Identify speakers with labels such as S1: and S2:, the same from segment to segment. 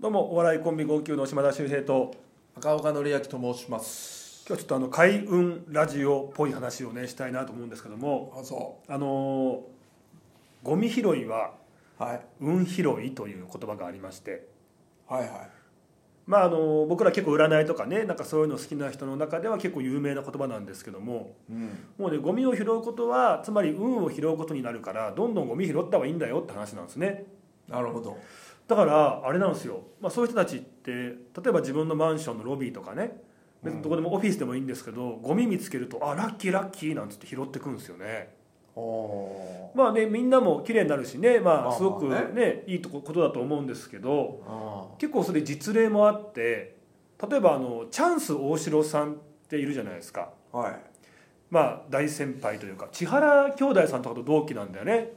S1: どうもお笑いコンビ号泣の島田秀平と
S2: 赤岡典明と申します
S1: 今日はちょっとあの開運ラジオっぽい話をねしたいなと思うんですけども
S2: あそ
S1: あのーゴミ拾いは
S2: う、はい、
S1: 運拾いという言葉がありまして
S2: はいはい
S1: まああのー僕ら結構占いとかねなんかそういうの好きな人の中では結構有名な言葉なんですけども
S2: うん
S1: もうねゴミを拾うことはつまり運を拾うことになるからどんどんゴミ拾った方がいいんだよって話なんですね
S2: なるほど
S1: だからあれなんですよ、まあ、そういう人たちって例えば自分のマンションのロビーとかね別にどこでもオフィスでもいいんですけど、ゴミ見つけると「あラッキーラッキー」なんつって拾ってくんですよね
S2: おお
S1: まあねみんなも綺麗になるしねま
S2: まあ
S1: あ
S2: まあ
S1: すごくね,、
S2: ね
S1: いいとこことだと思うんですけど
S2: あ
S1: 結構それ実例もあって例えばあのチャンス大城さんっているじゃないですか
S2: あはい
S1: まあ大先輩というか千原兄弟さんとかと同期なんだよね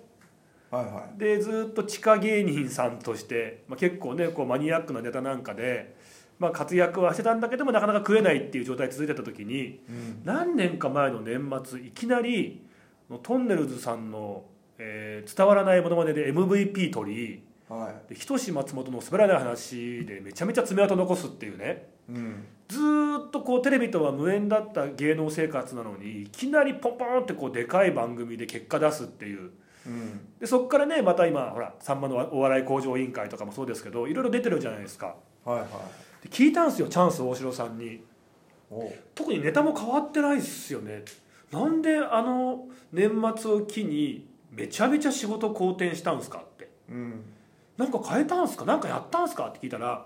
S2: はいは
S1: でずっと地下芸人さんとして、まあ、結構ねこうマニアックなネタなんかで、まあ、活躍はしてたんだけどもなかなか食えないっていう状態続いてた時に
S2: い、うん、
S1: 何年か前の年末いきなりトンネルズさんの、えー伝わらないものまねで MVP 取り
S2: は
S1: で仁志松本の滑らない話でめちゃめちゃ爪痕残すっていうね
S2: いうん
S1: ずーっとこうテレビとは無縁だった芸能生活なのにいきなりポンポンってこうでかい番組で結果出すっていう
S2: うん
S1: でそこからねまた今ほらさんまのお笑い向上委員会とかもそうですけどいろいろ出てるじゃないですか
S2: はいはい
S1: で聞いたんですよチャンス大城さんに
S2: おう
S1: 特にネタも変わってないっすよねなんであの年末を機にめちゃめちゃ仕事好転したんすかって
S2: うん
S1: なんか変えたんすかなんかやったんすかって聞いたら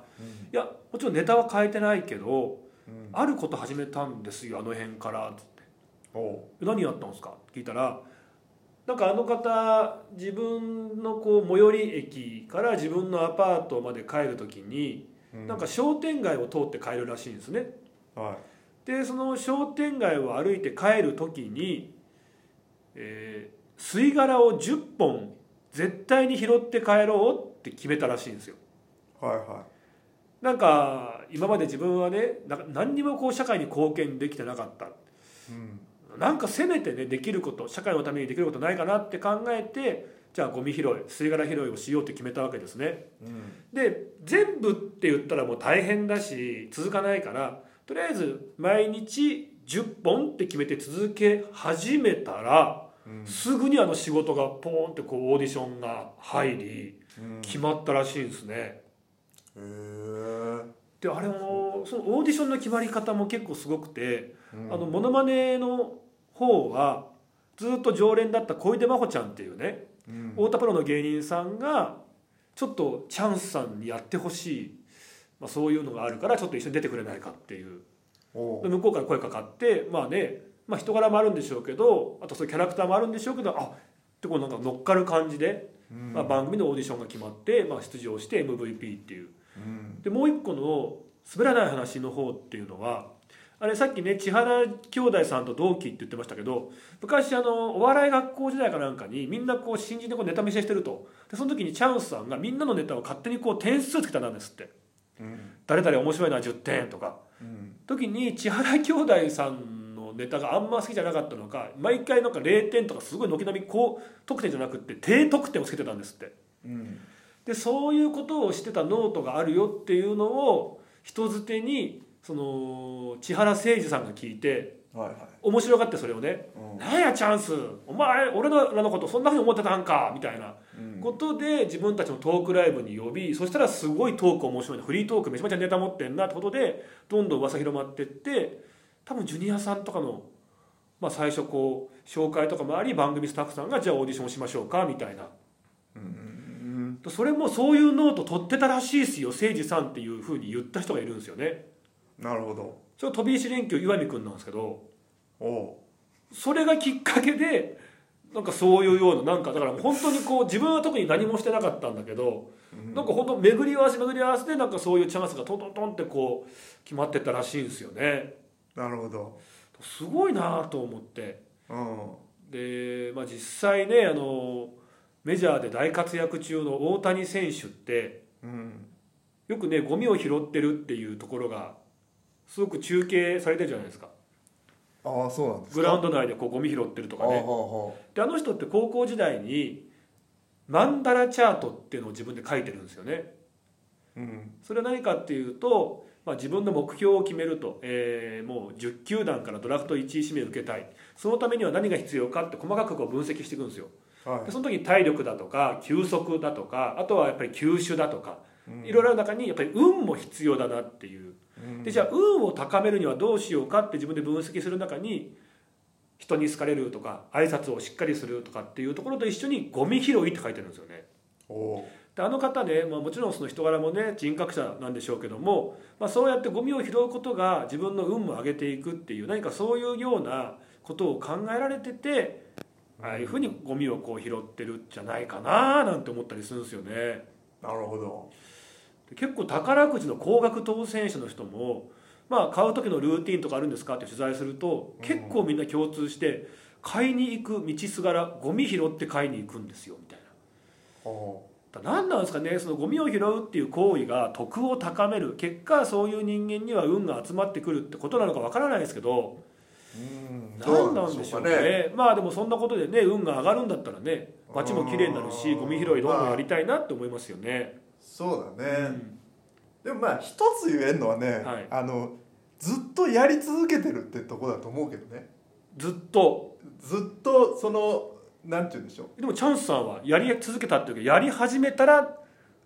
S1: いやもちろんネタは変えてないけど
S2: うん
S1: あること始めたんですよあの辺からつって
S2: おう
S1: 何やったんですか?」って聞いたらなんかあの方自分のこう最寄り駅から自分のアパートまで帰る時に、
S2: うん
S1: なんか商店街を通って帰るらしいんですね。
S2: は
S1: でその商店街を歩いて帰る時に、えー吸い殻を10本絶対に拾って帰ろうって決めたらしいんですよ。
S2: いはいは
S1: なんか今まで自分はねなんか何にもこう社会に貢献できてなかった
S2: いうん
S1: なんかせめてねできること社会のためにできることないかなって考えてじゃあゴミ拾い吸い殻拾いをしようって決めたわけですね
S2: うん
S1: で全部って言ったらもう大変だし続かないからとりあえず毎日10本って決めて続け始めたら、
S2: うん
S1: すぐにあの仕事がポーンってこうオーディションが入り
S2: うん
S1: 決まったらしいんですね
S2: へえ
S1: であれもそのオーディションの決まり方も結構すごくて
S2: うん
S1: あのモノマネの方はずっと常連だった小出真帆ちゃんっていうね、
S2: うん
S1: 太田プロの芸人さんがちょっとチャンスさんにやってほしい、まあ、そういうのがあるからちょっと一緒に出てくれないかっていう
S2: おう
S1: で向こうから声かかってまあね、まあ、人柄もあるんでしょうけどあとそういうキャラクターもあるんでしょうけどあってこうなんか乗っかる感じで、
S2: うん
S1: まあ、番組のオーディションが決まって、まあ、出場して MVP っていう
S2: うん
S1: でもう一個の「滑らない話」の方っていうのはあれさっきね千原兄弟さんと同期って言ってましたけど昔あのお笑い学校時代かなんかにみんなこう新人でこうネタ見せしてるとでその時にチャンスさんがみんなのネタを勝手にこう点数つけたなんですって
S2: うん
S1: 誰々面白いのは10点とか
S2: うん
S1: 時に千原兄弟さんのネタがあんま好きじゃなかったのか毎回なんか0点とかすごい軒並み高得点じゃなくって低得点をつけてたんですって。
S2: うん
S1: でそういうことをしてたノートがあるよっていうのを人づてにその千原誠二さんが聞いて
S2: はいは
S1: 面白がってそれをね
S2: い
S1: 「なんやチャンスお前俺らのことそんなふうに思ってたんか」みたいな
S2: うん
S1: ことで自分たちのトークライブに呼びそしたらすごいトーク面白いなフリートークめちゃめちゃネタ持ってんなってことでどんどん噂広まってって多分ジュニアさんとかの、まあ、最初こう紹介とかもあり番組スタッフさんが「じゃあオーディションしましょうか」みたいな。
S2: うん
S1: それもそういうノート取ってたらしいですよ誠司さんっていうふうに言った人がいるんですよね
S2: なるほど
S1: それ飛び石連休岩見くんなんですけど
S2: お
S1: それがきっかけでなんかそういうようななんかだから本当にこう自分は特に何もしてなかったんだけど、なんか本当巡り合わせ巡り合わせでなんかそういうチャンスがトントントンってこう決まってったらしいんですよね
S2: うなるほど
S1: すごいなと思って
S2: うん
S1: で、まあ、実際ねあのメジャーで大活躍中の大谷選手って
S2: うん
S1: よくねゴミを拾ってるっていうところがすごく中継されてるじゃないですか
S2: ああそうなんです
S1: グラウンド内でこうゴミ拾ってるとか
S2: ね
S1: ねであの人って高校時代にマンダラチャートっていうのを自分で書いてるんですよね
S2: うん
S1: それは何かっていうと、まあ、自分の目標を決めると、えーもう10球団からドラフト1位指名を受けたいそのためには何が必要かって細かくこう分析していくんですよ
S2: は
S1: でその時に体力だとか球速だとかあとはやっぱり球種だとか
S2: いうん
S1: いろいろある中にやっぱり運も必要だなっていう
S2: うん
S1: でじゃあ運を高めるにはどうしようかって自分で分析する中に人に好かれるとか挨拶をしっかりするとかっていうところと一緒にゴミ拾いって書いてるんですよね
S2: おう
S1: であの方ね、まあ、もちろんその人柄もね人格者なんでしょうけども、まあ、そうやってゴミを拾うことが自分の運も上げていくっていう何かそういうようなことを考えられててああいうふうにゴミをこう拾ってるんじゃないかななんて思ったりするんですよね。
S2: なるほど
S1: で結構宝くじの高額当選者の人も、まあ、買う時のルーティンとかあるんですかって取材すると
S2: うん
S1: 結構みんな共通して買いに行く道すがらゴミ拾って買いに行くんですよみたいな。
S2: お
S1: だ何なんですかねそのゴミを拾うっていう行為が徳を高める結果そういう人間には運が集まってくるってことなのかわからないですけど
S2: ううんど
S1: 何なんでしょうかね
S2: う
S1: まあでもそんなことでね運が上がるんだったらね街も綺麗になるし
S2: うん
S1: ゴミ拾いどんどんやりたいなって思いますよね。
S2: そうだ
S1: う
S2: ね、
S1: ん
S2: でもまあ一つ言えるのはね、
S1: はい
S2: あのずっとやり続けてるってとこだと思うけどね
S1: ずっと
S2: ずっとそのなんて言うんでしょう
S1: でもチャンスさんはやり続けたっていうかやり始めたら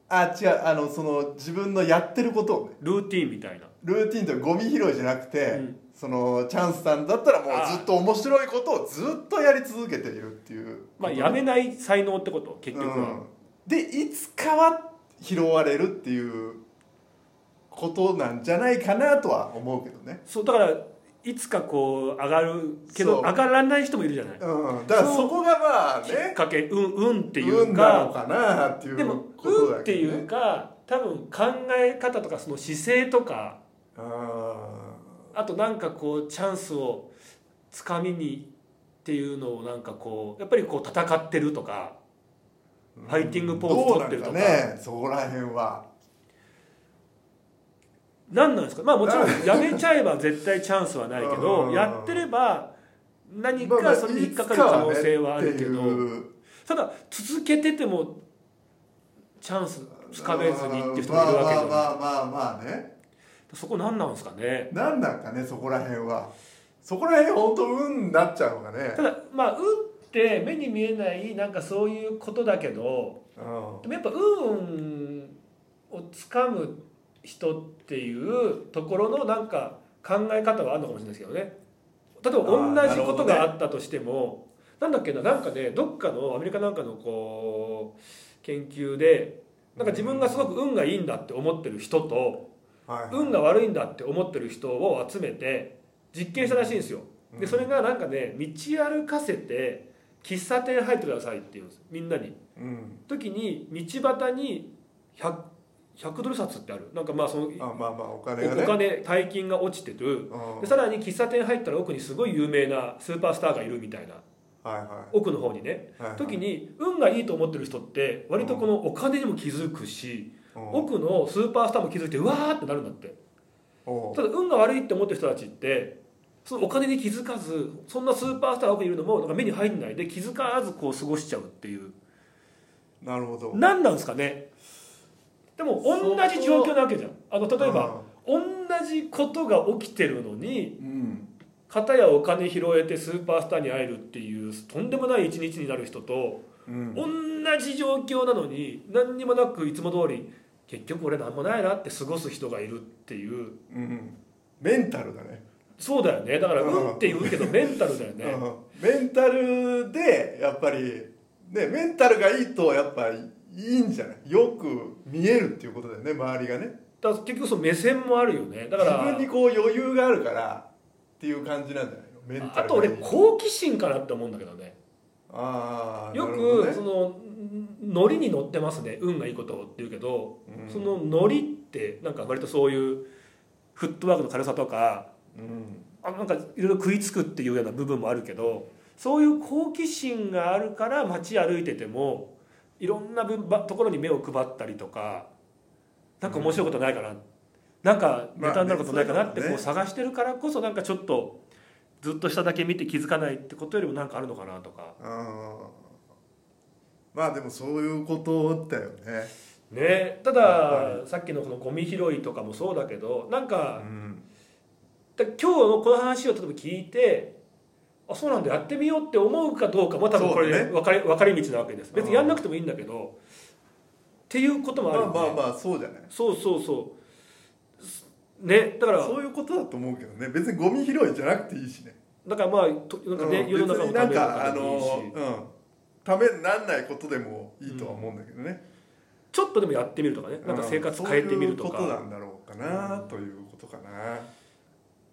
S2: あ違うあのその自分のやってることをね
S1: ルーティンみたいな
S2: ルーティンとかゴミ拾いじゃなくて、
S1: うん
S2: そのチャンスさんだったらも
S1: あー
S2: うずっと面白いことをずっとやり続けているっていう
S1: まあやめない才能ってこと結局
S2: うん
S1: は、、
S2: でいつかは拾われるっていうことなんじゃないかなとは思うけどね
S1: そうだからいつかこう上がるけど
S2: そう
S1: 上がらない人もいるじゃない。
S2: うん、だからそこがまあ
S1: きっ
S2: ね
S1: かけ運運ってい
S2: 運
S1: う
S2: なの
S1: か
S2: かなってい
S1: で
S2: う
S1: も
S2: こと
S1: 運
S2: だ
S1: って
S2: け
S1: い
S2: ど
S1: う
S2: ね
S1: か多分考え方とかその姿勢とか
S2: う
S1: あとなんかこうチャンスをつかみにっていうのをなんかこうやっぱりこう戦ってるとかフ
S2: ん
S1: ァイティングポーズ取ってるとか
S2: どうなんねそこら辺は
S1: 何なんですかまあもちろんやめちゃえば絶対チャンスはないけ
S2: う
S1: ど
S2: ん
S1: やってれば何
S2: まあまあ
S1: かそれに引っかかる可能性はあるけ
S2: いつか
S1: ど
S2: はねっていう
S1: ただ続けててもチャンスつかめずにっていう人もいるわけじゃな
S2: まあまあまあまあまあね
S1: いそこ何なんですかね
S2: 何なんかねそこら辺はそこら辺本当運になっちゃうのがね
S1: ただまあ運って目に見えないなんかそういうことだけど
S2: うん
S1: でもやっぱ運をつかむ人っていうところのなんか考え方はあるのかもしれないですけどね例えば
S2: あー
S1: 同じこと
S2: なる
S1: があったとしてもなんだっけななんかねどっかのアメリカなんかのこう研究でなんか自分がすごく運がいいんだって思ってる人と
S2: はい
S1: 運が悪いんだって思ってる人を集めて実験したらしいんですよ。
S2: うん
S1: でそれがなんかね道歩かせて喫茶店入ってくださいって言うんですみんなに
S2: うん
S1: 時に道端に 100, 100ドル札ってあるなんかまあそのお
S2: あまあまあお金がね
S1: お金大金が落ちてる
S2: うん
S1: でさらに喫茶店入ったら奥にすごい有名なスーパースターがいるみたいな
S2: はいは
S1: 奥の方にね
S2: いはいはい
S1: 時に運がいいと思ってる人って割とこのお金にも気づくし
S2: うん
S1: 奥のスーパースターも気づいてうわーってなるんだって
S2: おう
S1: ただ運が悪いって思ってる人たちってそのお金に気づかずそんなスーパースターが奥にいるのもなんか目に入んないで気づかずこう過ごしちゃうっていう
S2: なるほど
S1: 何なんですかねでも同じ状況なわけじゃんあの例えば同じことが起きてるのに
S2: うん
S1: 片やお金拾えてスーパースターに会えるっていうとんでもない一日になる人と
S2: うん
S1: 同じ状況なのに何にもなくいつも通り結局俺何もないなって過ごす人がいるっていう
S2: うんメンタルだね
S1: そうだよねだから
S2: うん
S1: 運って言 うけどメンタルだよね
S2: うんメンタルでやっぱりねメンタルがいいとやっぱいいんじゃないよく見えるっていうことだよね周りがね
S1: だから結局その目線もあるよねだから
S2: 自分にこう余裕があるからっていう感じなんじゃないのメンタルが
S1: あと俺好奇心かなって思うんだけどね
S2: ああ
S1: よ
S2: なるほど
S1: く
S2: ね
S1: そのんノリに乗ってますね運がいいことをって言うけど、
S2: うん
S1: そのノリってなんか割とそういうフットワークの軽さとか
S2: うん
S1: あなんかいろいろ食いつくっていうような部分もあるけどそういう好奇心があるから街歩いててもいろんなぶんばところに目を配ったりとかなんか面白いことないかな、なんかネタになることないかなって
S2: ま
S1: こ
S2: あね
S1: う探してるからこそなんかちょっとずっと下だけ見て気づかないってことよりもなんかあるのかなとか
S2: あーまあでもそういうことだよね
S1: ねた
S2: やっ
S1: ださっきのこのゴミ拾いとかもそうだけどなんか
S2: うん
S1: だ今日のこの話を例えば聞いてあそうなんだやってみようって思うかどうかも多分これ
S2: そうだね
S1: 分かれ分かれ道なわけです別
S2: う
S1: に
S2: ん
S1: やんなくてもいいんだけどっていうこともあ
S2: ま
S1: る
S2: あ
S1: よね
S2: まあまあそうじゃない
S1: そうそうそうねだから
S2: そういうことだと思うけどね別にゴミ拾いじゃなくていいしね
S1: だからまあとなんかね、
S2: う
S1: 世の中
S2: 別
S1: の
S2: に
S1: た
S2: なん
S1: め
S2: かあ
S1: とかでもいいし
S2: のうんためになんないことでもいいとは思うんだけどね、
S1: ちょっとでもやってみるとかねなんか生活変えてみるとか、
S2: うんそういうことなんだろうかな、ということかな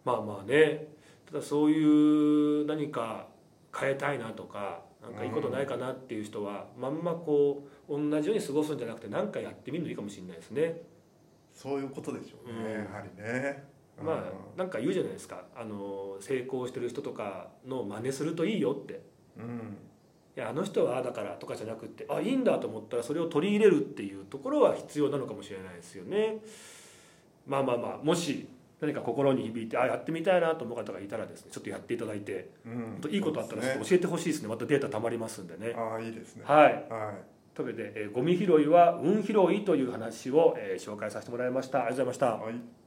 S1: まあまあねただそういう何か変えたいなとかなんかいいことないかなっていう人は、まんまこう同じように過ごすんじゃなくて何かやってみるのいいかもしれないですね、
S2: そういうことでしょうね、
S1: うん
S2: やはりね、うん
S1: まあなんか言うじゃないですかあの成功してる人とかの真似するといいよって
S2: うん
S1: いやあの人はああだからとかじゃなくってあいいんだと思ったらそれを取り入れるっていうところは必要なのかもしれないですよねまあまあまあもし何か心に響いてあやってみたいなと思う方がいたらですねちょっとやっていただいて
S2: うん
S1: 本当いいことあったらちょっと教えてほしいですねまたデータたまりますんでね
S2: ああーいいですね
S1: はい
S2: は
S1: というわけで、えーゴミ拾いは運拾いという話を、えー紹介させてもらいましたありがとうございました
S2: いはい